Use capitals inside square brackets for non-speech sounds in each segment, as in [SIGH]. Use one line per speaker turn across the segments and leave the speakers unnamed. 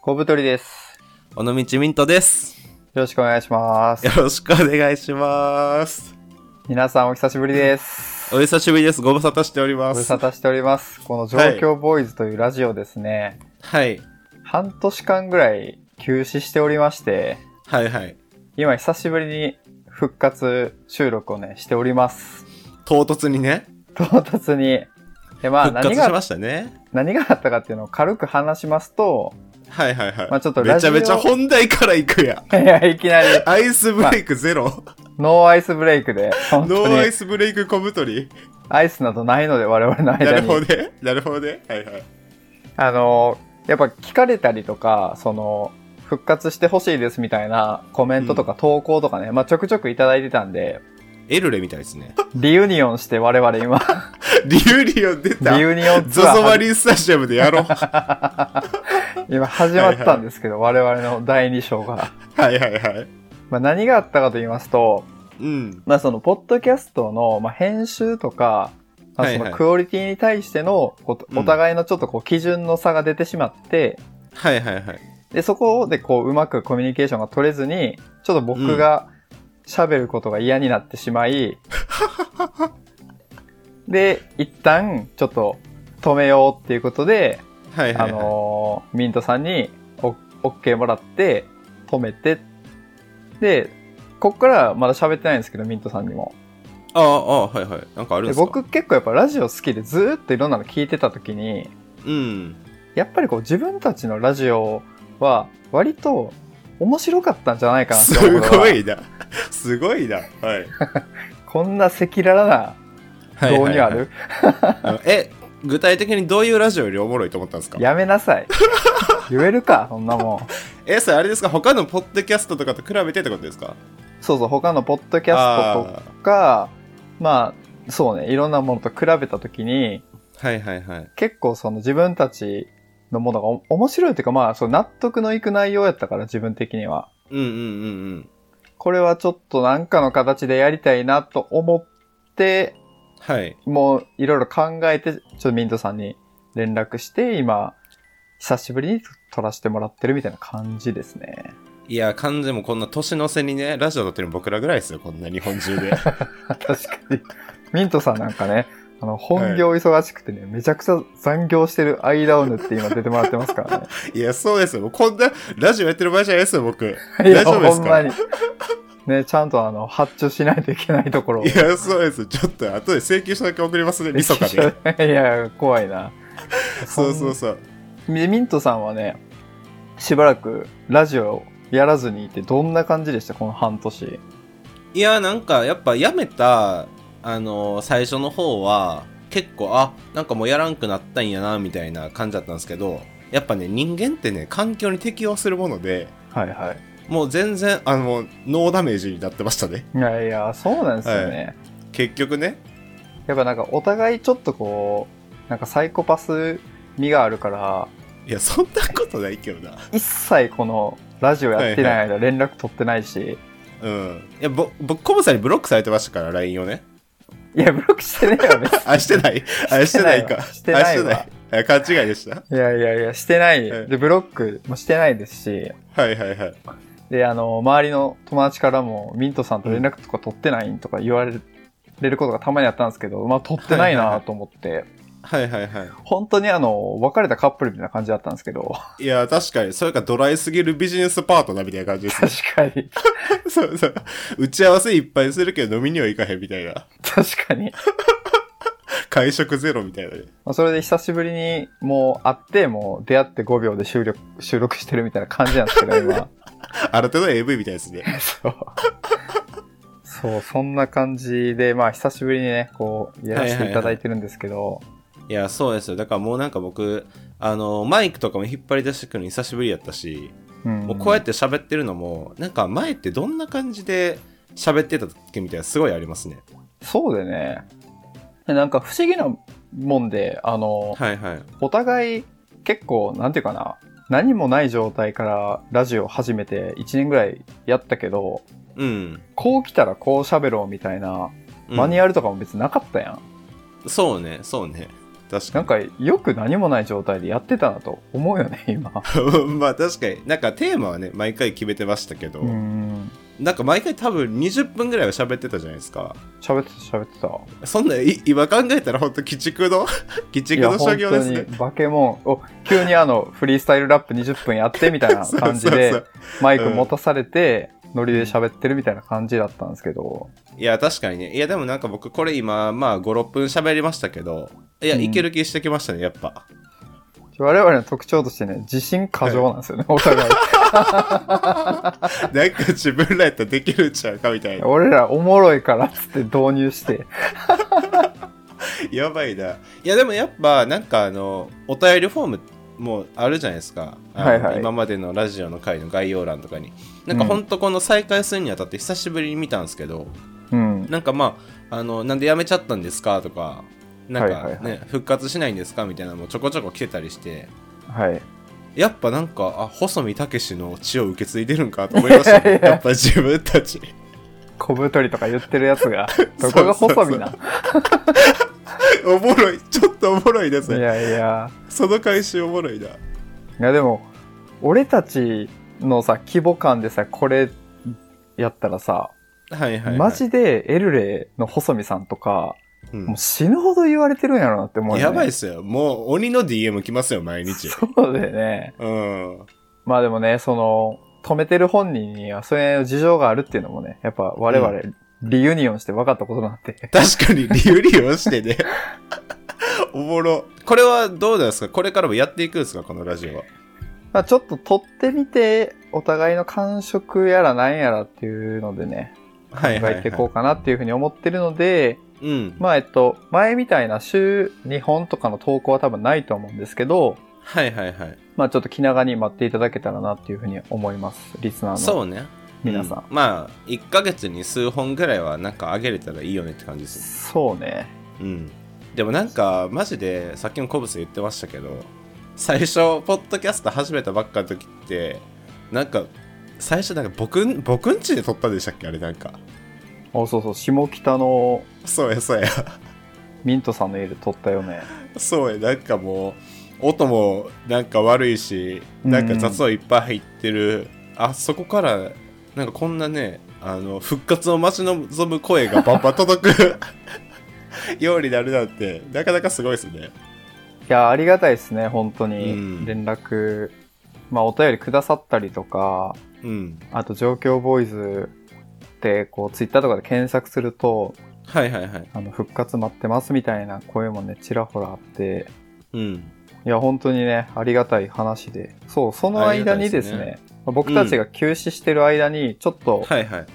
小太りです。
尾道ミントです。
よろしくお願いします
よ。ろしくお願いします。
皆さんお久しぶりです。
お久しぶりです。ご無沙汰しており
ご
ま
無
す
沙。汰しております。この状況ボーイズというラジオですね、
はい。
半年間ぐらい休止しておりまして、
はいはい。
今久しぶりに復活収録をね、しております。
唐突にね、
唐突に。で、まあ
復
何
活しま
が、
したね。
何があったかっていうのを軽く話しますと、 [LAUGHS]
はいはいはい。
まあちょっとラ
め
ジ
ち
オ
ゃめちゃ本題から行くや。
いや、いきなり
アイスブレイクゼロ。
ノーアイスブレイクで、本
ノ
当
ーア
に
イスブレイク小太り。
アイスなどないので我々の
な
間
るほ
に。
どね。なるほどね。はいはい。
あの、やっぱ聞かれたりとか、その、復活してほしいですみたいなコメントとか投稿とかね、まあちょくちょくいただいてたんで、
エルレみたいです
[LAUGHS]
ね。
リユニオンして我々
[LAUGHS]
今、
リュウリオン出た
リ。ユニオン
ゾ
ツア
[LAUGHS] ゾマ
ー
リンスタジアムでやろう。 [LAUGHS] は
今始まったんですけど、我々の第2章
[LAUGHS]
が。
いはいはい。
まあ何があったかと言いますと、
うん。
まあその、ポッドキャストの、まあ、編集とか、まあ、そ
はいは
の
い
クオリティに対してのこう
うん
お互いのちょっとこう基準の差が出てしまって、
はいはいはい。
で、そこでこう、うまくコミュニケーションが取れずに、ちょっと僕が喋ることが嫌になってしまい、 [LAUGHS] で、一旦、ちょっと止めようっていうことで、
はい
あ
はいはい。
のーミントさんにオオッケーもらって、止めて、で、こっからまだ喋ってないんですけど、ミントさんにも。
ああ、ああ、はいはい。なんかあるん
で
ですか
僕結構やっぱラジオ好きでずーっといろんなの聞いてた時に、
うん。
やっぱりこう自分たちのラジオは割と面白かったんじゃないかなって
[LAUGHS] す
思うことが
ごい [LAUGHS] な。すごいな。はい。
こんな赤裸々な導入ある、
あの [LAUGHS] え、具体的にどういうラジオよりおもろいと思ったんですか
やめなさい言えるかそんなもん
え、それあれですか他のポッドキャストとかと比べてってことですか
そうそう他のポッドキャスト
あ
とかまあそうねいろんなものと比べた時に
ーはいはいはい。
結構その自分たちのものがお面白いというかまあそう納得のいく内容やったから自分的には
うんうんうんうん。
これはちょっとなんかの形でやりたいなと思って
はい。
もういろいろ考えて、ちょっとミントさんに連絡して、今、久しぶりに撮らせてもらってるみたいな感じですね。 [LAUGHS]
いや、漢字もこんな年の瀬にね、ラジオ撮ってるの僕らぐらいですよ、こんな日本中
[LAUGHS]
で。
確かに。ミントさんなんかね、あの、本業忙しくてね、めちゃくちゃ残業してる間を縫って今出てもらってますからね。
いや、そうですよ。もうこんなラジオやってる場合じゃないですよ、僕。い
いや、
[LAUGHS] 大丈夫です
ほんま
か
に。ね、ちゃんとあの、発注しないといけないところを。
や、そうです。ちょっと後で請求書だけ送りますね、みそかで。
[LAUGHS] いや、怖いな。
そうそうそう。
でミントさんはね、しばらくラジオやらずにいて、どんな感じでしたこの半年。
いやなんかやっぱやめたあのー最初の方は結構あなんかもうやらんくなったんやなみたいな感じだったんですけどやっぱね人間ってね環境に適応するもので
はいはい。
もう全然あのノーダメージになってましたね
いやいや、そうなんですよね。
結局ね
やっぱなんかお互いちょっとこう、なんかサイコパス味があるから、
いやそんなことないけどな
一切このラジオやってない間連絡取ってないし、い
うんいやぼ僕コブさんにブロックされてましたから LINE をね [LAUGHS]
や、ブロックしてねえよね。
あしてないあしてないか
してないわ
あ
してないわ
いあ勘違いでした
いやいやいや、してない。
はい
で、ブロックもしてないですし、
はいはいはい
で、あの、周りの友達からも、ミントさんと連絡とか取ってないんとか言われることがたまにあったんですけど、まあ取ってないなと思って、
はいはいはい
本当にあの、別れたカップルみたいな感じだったんですけ
[LAUGHS]
ど、
いや確かにそれかドライすぎるビジネスパートナーみたいな感じですね
確かに、
そうそう。打ち合わせいっぱいするけど飲みには行かへんみたいな。
確かに。
会食ゼロみたいなね。
まあ、それで久しぶりにもう会ってもう出会って5秒で収録収録してるみたいな感じなんですけど
[LAUGHS]
今
新手の AV みたいですね。
そうそうそんな感じでまあ久しぶりにねこうやらせていただいてるんですけど、
いや、そうですよ。だからもうなんか僕、あの、マイクとかも引っ張り出してくるの久しぶりやったし、
ん
もうこうやって喋ってるのも、なんか前ってどんな感じで喋ってた時みたいなすごいありますね。
そうでねでなんか不思議なもんであの、
はいはい。
お互い結構なんていうかな何もない状態からラジオ始めて1年ぐらいやったけど
うん。
こう来たらこう喋ろうみたいな
うん
マニュアルとかも別になかったやん、
そうね、そうね。確か
なん
に。
かよく何もない状態でやってたなと思うよね、 [LAUGHS] 今。
まあ確かに。なんかテーマはね、毎回決めてましたけど、
うん。
なんか毎回多分20分ぐらいは喋ってたじゃないですか。
喋ってた、喋ってた。
そんない今考えたら本当鬼
[LAUGHS]
畜の鬼畜
いや
の商業です
本
ね
当。にバケモンを急にあのフリースタイルラップ20分やってみた
[LAUGHS]
いな感じ
そう
で
そう
マイク持たされてノリで喋ってるみたいな感じだったんですけど
そういや確かにねいやでもなんか僕これ今まあ56分喋りましたけどいや、
うん
いける気してきましたねやっぱ
我々の特徴としてね自信過剰なんですよね、お
[LAUGHS]
互い
なんか自分らやったらできるんちゃうかみたいな
俺らおもろいからっつって導入して
やばいないやでもやっぱなんかあのお便りフォームもあるじゃないですか、あの
はいはい
今までのラジオの回の概要欄とかになん
う
か
ん
ほんとこの再開するにあたって久しぶりに見たんですけど、
うん
なんかまあ、あの、なんで辞めちゃったんですかとか、なんかね、
はいはいは
復活しないんですかみたいなのもちょこちょこ来てたりして、
はい
やっぱなんか、あ、細見武士の血を受け継いでるんかと思いました、ね
いやいや
やっぱ自分たち。 [LAUGHS]
小太りとか言ってるやつがどこが細身な
おもろい、ちょっとおもろいです
い
ね。
やいや
その返しおもろいな。
いやでも俺たちのさ規模感でさこれやったらさ、
はいはい、はい。
マジでエルレの細見さんとか
うん
もう死ぬほど言われてるんやろなって思うよ、ね。
やばいっすよ。もう鬼の DM 来ますよ、
[LAUGHS]
毎日。
そうだよね。
うん。
まあでもね、その、止めてる本人にはそういう事情があるっていうのもね、やっぱ我々、リユニオンして分かったことなんで。 [LAUGHS]
確かに理由利用してね。おもろ。これはどうですかこれからもやっていくんですかこのラジオは。
まあちょっと撮ってみて、お互いの感触やらなんやらっていうのでね、考
はいは
え
い、は
て
い。
いこうかなっていうふうに思ってるので、
うん。
まあえっと、前みたいな週2本とかの投稿は多分ないと思うんですけど、
はいはいはい。
まあちょっと気長に待っていただけたらなっていうふうに思います。リスナーの
そうね。
皆さん。
うんまあ、1ヶ月に数本ぐらいはなんか上げれたらいいよねって感じです。
そうね。
うん。でもなんか、マジで、さっきもコブス言ってましたけど、最初、ポッドキャスト始めたばっかの時って、なんか、最初なんか僕ん、僕んちで撮ったんでしたっけあれなんか。
あ、そうそう、下北の
そうやそうや。
ミントさんの家で撮ったよね。
そうや、なんかもう、音もなんか悪いし、なんか雑音いっぱい入ってる、あそこから、なんかこんなね、あの、復活を待ち望む声がバンバ
[LAUGHS]
ン届く [LAUGHS] ようになるなんて、なかなかすごいですね。
いや、ありがたいですね、本当に。
うん
連絡、まあ、お便りくださったりとか、
うん。
あと、状況ボーイズって、こう、ツイッターとかで検索すると、
はいはいはい。
あの、復活待ってますみたいな声もね、ちらほらあって、
うん。
いや、本当にね、ありがたい話で。そう、その間にです
ありがたい
ね、まあ僕たちが休止してる間に、ちょっと、
はいはい。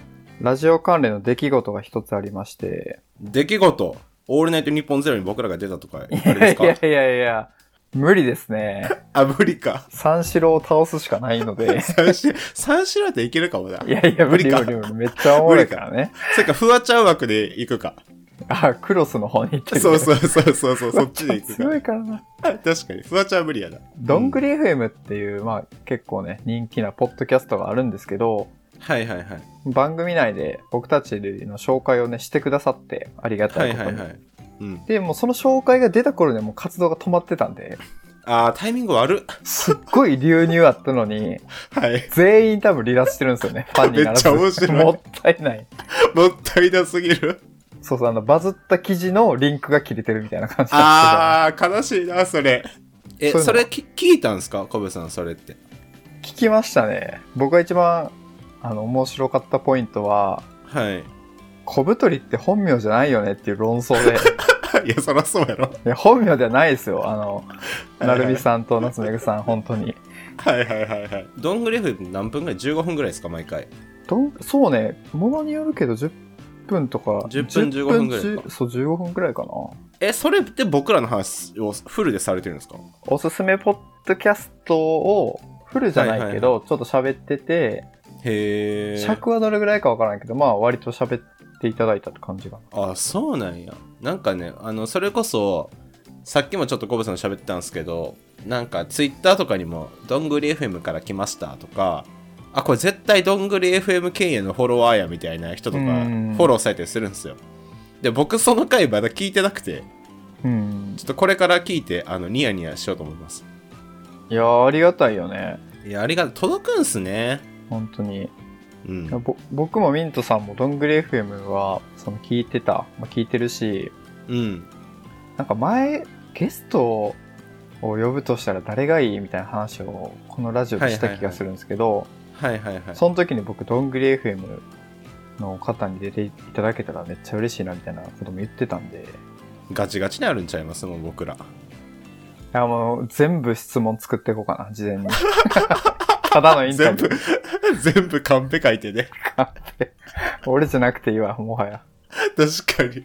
ラジオ関連の出来事が一つありまして、
出来事、オールナイトニッポンゼロに僕らが出たとか、あれ
いや
です
い
か
やいやいや、無理ですね。
あ、無理か。
三四郎を倒すしかないの
[LAUGHS]
で。
三四三四郎っていけるかもな。
いやいや、無
無
理
理か
無理無理。めっちゃおもろいからね。
それか、フワちゃん枠で行くか。
あ、クロスの方に行ってる。
そうそうそうそうそう、そっちで行くか。
強いからな。
[LAUGHS] 確かにフワちゃんは無理やな
どんぐり FM っていう、まあ結構ね、人気なポッドキャストがあるんですけど、
はいはいはい
番組内で僕たちの紹介をね、してくださって、ありが
は
たい
い
こと
は
に。
いはい、うん、
で、もうその紹介が出た頃でもう活動が止まってたんで、
あータイミング悪っ
すっごい流入あったのに、
はい [LAUGHS]
全員多分離脱してるんですよね、ファンにならず。
めっちゃ面白い
もったいない。
もったいなすぎる
そうそう、あの、バズった記事のリンクが切れてるみたいな感じなんで
あー悲しいなそれえ
そういうの
それき聞いたんすかコブさんそれって
すけど、聞きましたね。僕が一番、あの、面白かったポイントは、
[LAUGHS] はい
小太りって本名じゃないよねっていう論争
[LAUGHS]
で、
いやそらそうやろ
いや本名ではないですよ。あの、
いは
ないるみさんと夏目ぐさん、本当に。
はいはいはいはいどんぐり FM 何分ぐらい15分ぐらいですか毎回
どんそうね、ものによるけど10分とか。
10分15分ぐらいか
10そう、15分ぐらいかな。
えそれって僕らの話をフルでされてるんですか
おすすめポッドキャストを、フルじゃないけど、ちょっと喋ってて、
へえ
尺はどれぐらいかわからないけど、まあ割と喋っていただいたって感じが。
あそうなんやなんかねあのそれこそさっきもちょっとコブさんと喋ってたんですけどなんかツイッターとかにも「どんぐり FM から来ました」とか「あこれ絶対どんぐり FM 経営のフォロワーや」みたいな人とか
う
フ
ん
ォローされたりするんですよで僕その回まだ聞いてなくて
うん。
ちょっとこれから聞いてあのニヤニヤしようと思います
いやーありがたいよね
いやありがとう届くんすね
本当に
うん
ぼ僕もミントさんもどんぐり FM はその聞いてた、まあ、聞いてるし
うん
なんか前ゲストを呼ぶとしたら誰がいいみたいな話をこのラジオでした気がするんですけど、
はいはいはい
その時に僕どんぐり FM の方に出ていただけたらめっちゃ嬉しいなみたいなことも言ってたんでい
ガチガチにあるんちゃいますもう僕ら
やもう全部質問作っていこうかな事前
[LAUGHS]
にただのインタ
全
ビュ
部
ー
全部 [LAUGHS] カンペ書いてね
俺じゃなくていいわもはや
[LAUGHS] 確かに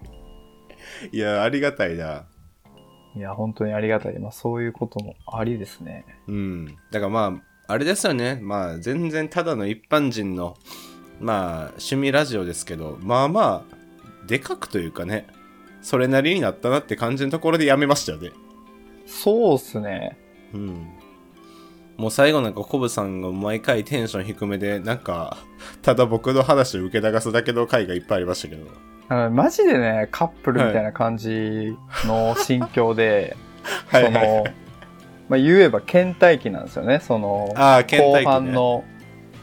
いやありがたいない
や本当にありがたい、まあ、そういうこともありですね
うん。だからまあ、あれですよね。まあ、全然ただの一般人の、まあ、趣味ラジオですけど、まあまあ、でかくというかね、それなりになったなって感じのところでやめましたよね。
そうっすね
うん。もう最後なんかコブさんが毎回テンション低めで、なんか、ただ僕の話を受け流すだけの回がいっぱいありましたけど。
あのマジでねカップルみたいな感じの心境で、
はい、はい
その、まあ、言えば倦怠期なんですよねその
ああ、倦
後
怠期、ね。
半。の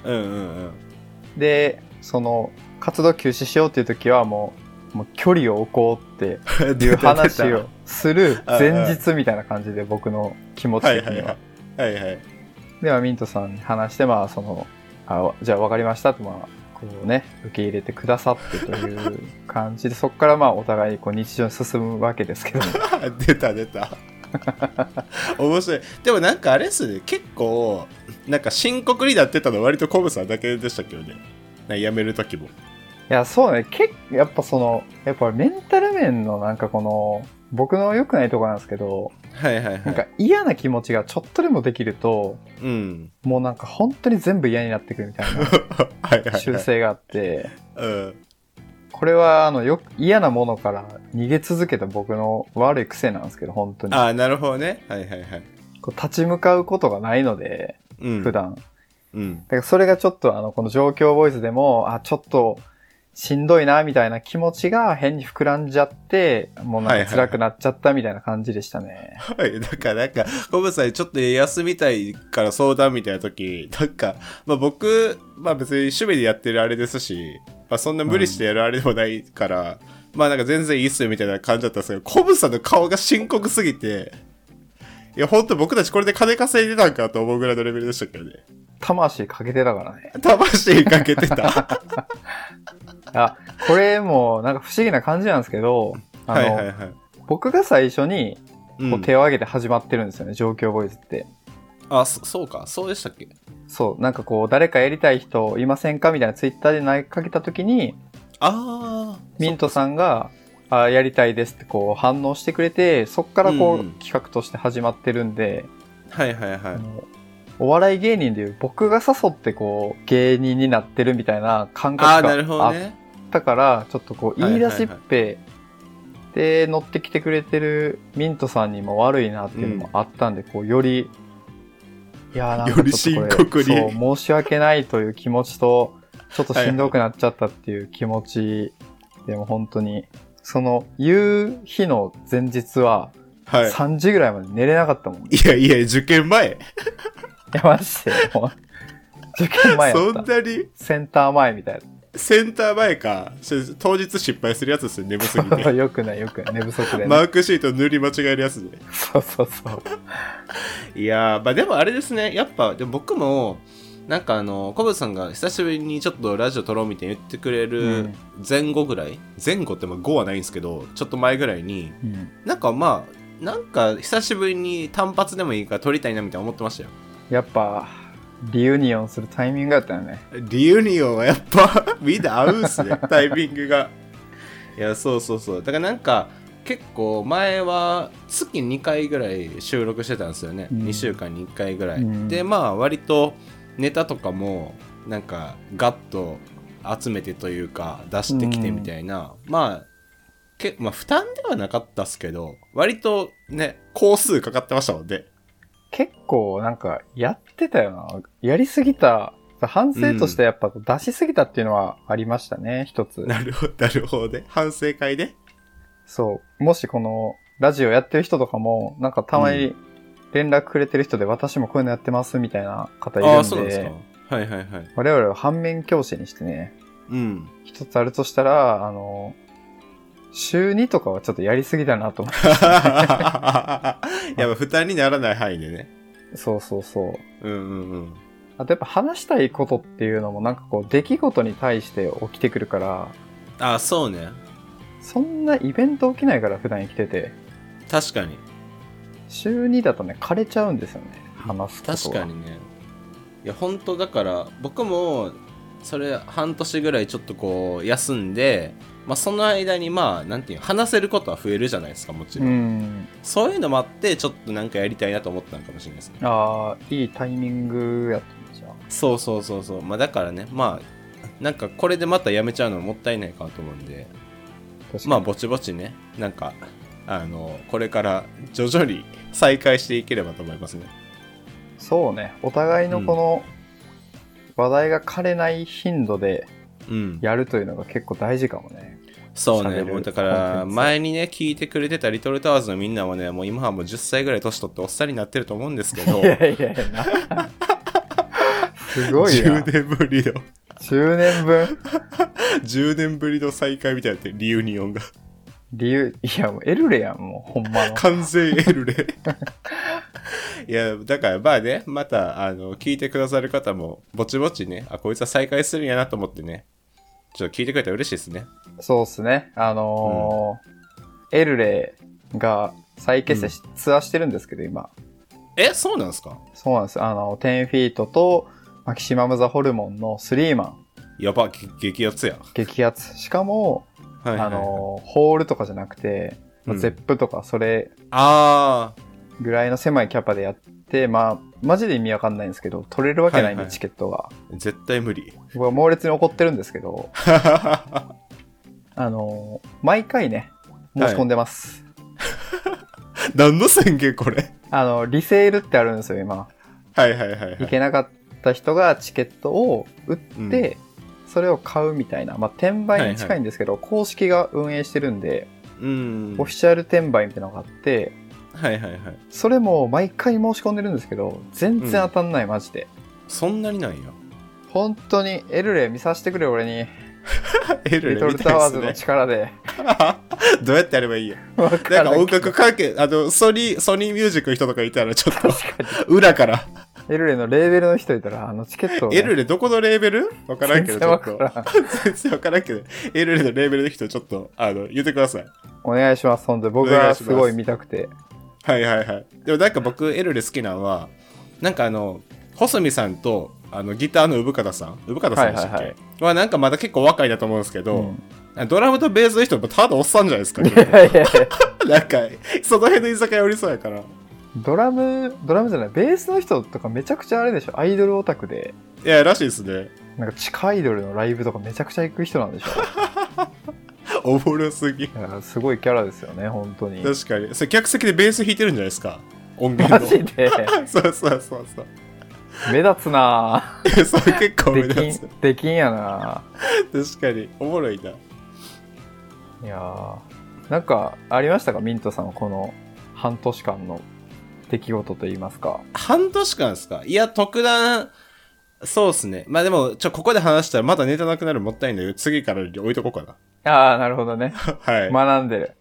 うんうんうん。
でその活動休止しようっていう時はもうもう距離を置こう
[LAUGHS]
っていう話をする前日みたいな感じで僕の気持ち
はい
的
はい
に
は。。
はい
はいはい。
ではミントさんに話してまあそのあじゃあ分かりましたってまあこうね受け入れてくださってという感じでそこからまあお互いこう日常に進むわけです
[LAUGHS]
けど
出た出た面白いでもなんかあれっすね結構なんか深刻になってたの割とコブさんだけでしたけどねなんか辞める時も
いや、そうね。結構、やっぱその、やっぱメンタル面のなんかこの、僕の良くないところなんですけど、
はいはいはい
なんか嫌な気持ちがちょっとでもできると、
うん
もうなんか本当に全部嫌になってくるみたい
[LAUGHS] はいはい、は、
ない修正があって、
うん
これはあのよ嫌なものから逃げ続けた僕の悪い癖なんですけど、本当に。
ああなるほどねはいはいはい
こう立ち向かうことがないので、
うん
普段。だ
うん
からそれがちょっとあの、この状況ボイスでも、あ、ちょっと、しんどいな、みたいな気持ちが変に膨らんじゃって、もうなんか辛くなっちゃったみたいな感じでしたね。
はい、なんか、なんか、コブさん、ちょっと休みたいから相談みたいな時、なんか、まあ僕、まあ別に趣味でやってるあれですし、まあそんな無理してやるあれでもないから、まあなんか全然いいっすよみたいな感じだったんですけど、コブさんの顔が深刻すぎて、いや、ほんと僕たちこれで金稼いでたんかと思うぐらいのレベルでしたけどね。
魂かけてたからね。
魂かけ
[LAUGHS]
てた。
あ、これもなんか不思議な感じなんですけど、あ
は
の、
いはいはい。
僕が最初に
う、
こうん手を挙げて始まってるんですよね、状況ボイスって。
あそ、そうか、そうでしたっけ
そう、なんかこう、誰かやりたい人いませんかみたいなツイッターで投げかけた時に、
ああ。
ミントさんが、あやりたいですってこう反応してくれて、そっからこう、
うんうん
企画として始まってるんで、
はいはいは
あ
い。
のお笑い芸人でいう僕が誘ってこう芸人になってるみたいな感
ああ、
覚
なるほ
があ
ど
っ
ね。
ったからちょっとこう
は
言
いはいいは
出
い
しっぺで乗ってきてくれてるミントさんにも悪いなっていうのもあったんで、こうよりいやーなんかちょっとこれ
より深刻に
そう申し訳ないという気持ちとちょっとしんどくなっちゃったっていう気持ちでも本当にその言う日の前日は
はい。
3時ぐらいまで寝れなかったもん、い、
いやいや、受験前。
やましてもう受験前やっ
そ
た
んなに
センター前みたい
センター前か、それ当日失敗するやつですよ、眠 [LAUGHS] すぎ
な [LAUGHS]
て。
よくないよくない寝不足で、ね
マークシート塗り間違えるやつね。
そうそうそう
いやー、まあでもあれですね、やっぱ、でも僕も、なんかあの、コブさんが久しぶりにちょっとラジオ撮ろうみたいに言ってくれ
う
る
ん
前後ぐらい、前後ってまあ5はないんですけど、ちょっと前ぐらいに、
うん
なんかまあ、なんか久しぶりに単発でもいいから撮りたいなみたいな思ってましたよ。
やっぱリユニオンするタイミングだったよね
リユニオンはやっぱ [LAUGHS] みんな合うんすねタイミングがいやそうそうそうだからなんか結構前は月2回ぐらい収録してたんですよね、
うん
2週間に1回ぐらい、
うん
でまあ割とネタとかもなんかガッと集めてというか出してきてみたいな、まあけまあ負担ではなかったっすけど割とね工数かかってましたもんね
結構なんかやってたよなやりすぎた反省としてやっぱ出しすぎたっていうのはありま
[LAUGHS]
したね、一つ
なるほどなるほどね反省会で、
そうもしこのラジオやってる人とかも、なんかたまに連絡くれてる人で、私もこういうのやってますみたいな方い
あ
る
あ、
ん
そうなんです
で、
か。はいはいはい。
我々は反面教師にしてね、
うん。
一つあるとしたら、あの、週2とかはちょっとやりすぎだなと思
やっ [LAUGHS] ぱ負担にならない範囲でね。
う。そうそうそう。
うんうんうん。
あとやっぱ話したいことっていうのもなんかこう出来事に対して起きてくるから、
ああ、そうね。
そんなイベント起きないから普段生きてて、
確かに。
週2だとね、枯れちゃうんですよね。話すこと
確
が
か。にねいや本当だから僕もそれ半年ぐらいちょっとこう休んで、まあ、その間にまあなんていうの話せることは増えるじゃないですかもちろ、
うんん。
そういうのもあってちょっとなんかやりたいなと思ったのかもしれないですね
ああ、いいタイミングやったんじゃん。
そうそうそうそうまあだからねまあなんかこれでまたやめちゃうのはもったいないかなと思うんで
確かに
まあぼちぼちねなんかあのこれから徐々に再開していければと思いますね
そうね。お互いのこの話題が枯れない頻度で
うん
やるというのが結構大事かもね。
そう
喋
ね、
る
もうだか
コン
ら、
テンツ
前にね、聞いてくれてたリトルタワーズのみんなもね、もう今はもう10歳ぐらい年取っておっさんになってると思うんですけど、
いやいやいやな。 [LAUGHS] すごい
[LAUGHS]
な。
10年ぶりの、
10年分。
10年ぶりの再会みたいになって、リユニオンが。
理由、いやもうエルレやん、もうほんまの。
完全エ
[LAUGHS]
ルレ。いや、だからまあね、また、あの、聞いてくださる方も、ぼちぼちね、あ、こいつは再会するんやなと思ってね、ちょっと聞いてくれたら嬉しいですね。
そうっすね。あのーエルレが再結成し、ツアーしてるんですけど、今。
え、そうなんですか
そうなんです。あの、10フィートと、マキシマム・ザ・ホルモンのスリーマン、
やば、げ激アツや。
激アツ。しかも、
はいはいはい
あのーホールとかじゃなくて、まあ
うん
ゼップとか、それ
あー、
ぐらいの狭いキャパでやって、まあ、マジで意味わかんないんですけど、取れるわけないん
はい
で、
はい
チケットが。
絶対無理。
僕は猛烈に怒ってるんですけ
[LAUGHS]
ど、あのー毎回ね、申し込んでます。
何の宣言これ [LAUGHS]
あの、リセールってあるんですよ、今。
はいはいはい、はい
行けなかった人がチケットを売っ
うん
て、それを買うみたいな、まあ、転売に近いんですけど、公式が運営してるんで、
うん
オフィシャル転売みたいなのがあって
はいはいはい
それも毎回申し込んでるんですけど全然当たんない、マジで
そんなになんや
本当にエルレ見させてくれ俺に
エ
[LAUGHS] リ
ル
ト
レ
ル
みた
タ
い
ワー
で
ズ
す
の力
ね
で
どうやってやればいいや
わか
なん
ら
か
ん
音
け
楽関係あのソニーソニーミュージックの人とかいたらちょっと裏から
どエルレのレーベルの人いたらあのチケットを、
エルレどこのレーベルわからんけ
全
どち
然
ょ
わ
っ
か
と
らん
[LAUGHS] 全然わからんけどエルレのレーベルの人ちょっとあの言ってください
[LAUGHS] お願いします本当に僕はすごい見たくて
はいはいはいでもなんか僕エルレ好きなのはなんかあの細見さんとあのギターの生方さん生方さんでしたっ
は
け、はい
はいは
なんかまだ結構若いだと思うんですけど、
うん
ドラムとベースの人もただおっさんじゃないです
[LAUGHS]
か。
い [LAUGHS] やいやいや
なんか、その辺の居酒屋おりそうやから。い
ドラムドラムじゃないベースの人とかめちゃくちゃあれでしょアイドルオタクで
や、らしいですね。
なんか地下アイドルのライブとかめちゃくちゃ行く人なんでしょ
おもろすぎ。
だからすごいキャラですよね本当に
確かに。それ客席でベース弾いてるんじゃないですか。音
マ
源
ジで
の。 [LAUGHS] そうそうそうそう。
目立つない
や、それ結構
ぁ
[LAUGHS] 目
で
立
きんできんやな
つ。確かに。おもろいな。
ぁいやぁなんかありましたかミントさんはこの半年間の出来事といいますか
半年間ですかいや、特段、そうっすね。まあでも、ちょ、ここで話したらまだネタなくなるもったいないので、次から置いとこうかな。 [LAUGHS]
ああなるほどね
はい。ま、
学んでる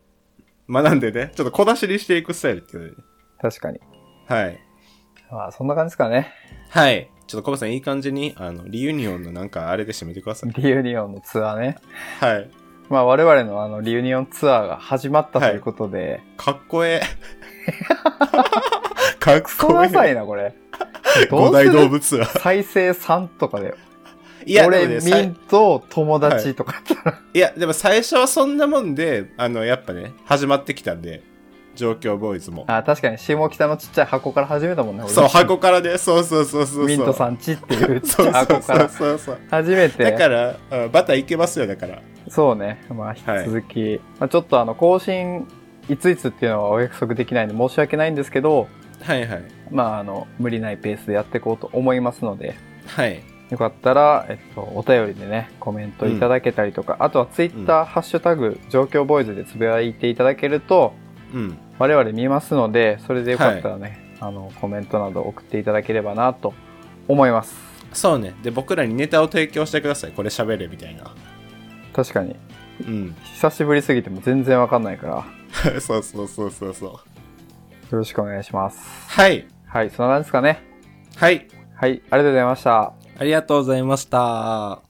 学んでね、ちょっと小出しにしていくスタイルっていうので。
確かに
はい。
まあそんな感じですかね
はい。ちょっとコバさん、いい感じに、あの、リユニオンのなんか、あれで締めてください。
リユニオンのツアーね
はい。
まあ我々のあのリユニオンツアーが始まったということで、
かっこ [LAUGHS] ええ。かっ
クソ
こ
ダサ
え
いなこれ
え。五大動物は。
再生3とかで
いや、で
俺
もね、さ
ミン
い
ト友達とか、
いや、でも最初はそんなもんで、あの、やっぱね、始まってきたんで、状況ボーイズも。
あ確かに下北のちっちゃい箱から始めたもんね俺
そう、箱からね、そうそうそうそうそう。
ミントさ
ん。
んちっていうちっち
そ
ゃいう
そ
箱
う
か
そう
ら
そうそう。
初めて
だから、うんまた行けますよ、だから。
そうねまあ引き続き、まあ、ちょっとあの更新いついつっていうのはお約束できないんで申し訳ないんですけど
はいはい。
まああの無理ないペースでやっていこうと思いますので
はい。
よかったら、えっと、お便りでね、コメントいただけたりとか、あとはツイッター、ハッシュタグ、状況ボーイズでつぶやいていただけると、
うん
我々見ますのでそれでよかったらね、あのコメントなど送っていただければなと思います
そうねで僕らにネタを提供してくださいこれ喋れみたいな
確かに
うん [LAUGHS]
久しぶりすぎても全然わかんないからよ
そうそうそうそうそう
ろしくお願いします
はい
はいそんな感じですかね
はい
はいありがとうございました
ありがとうございました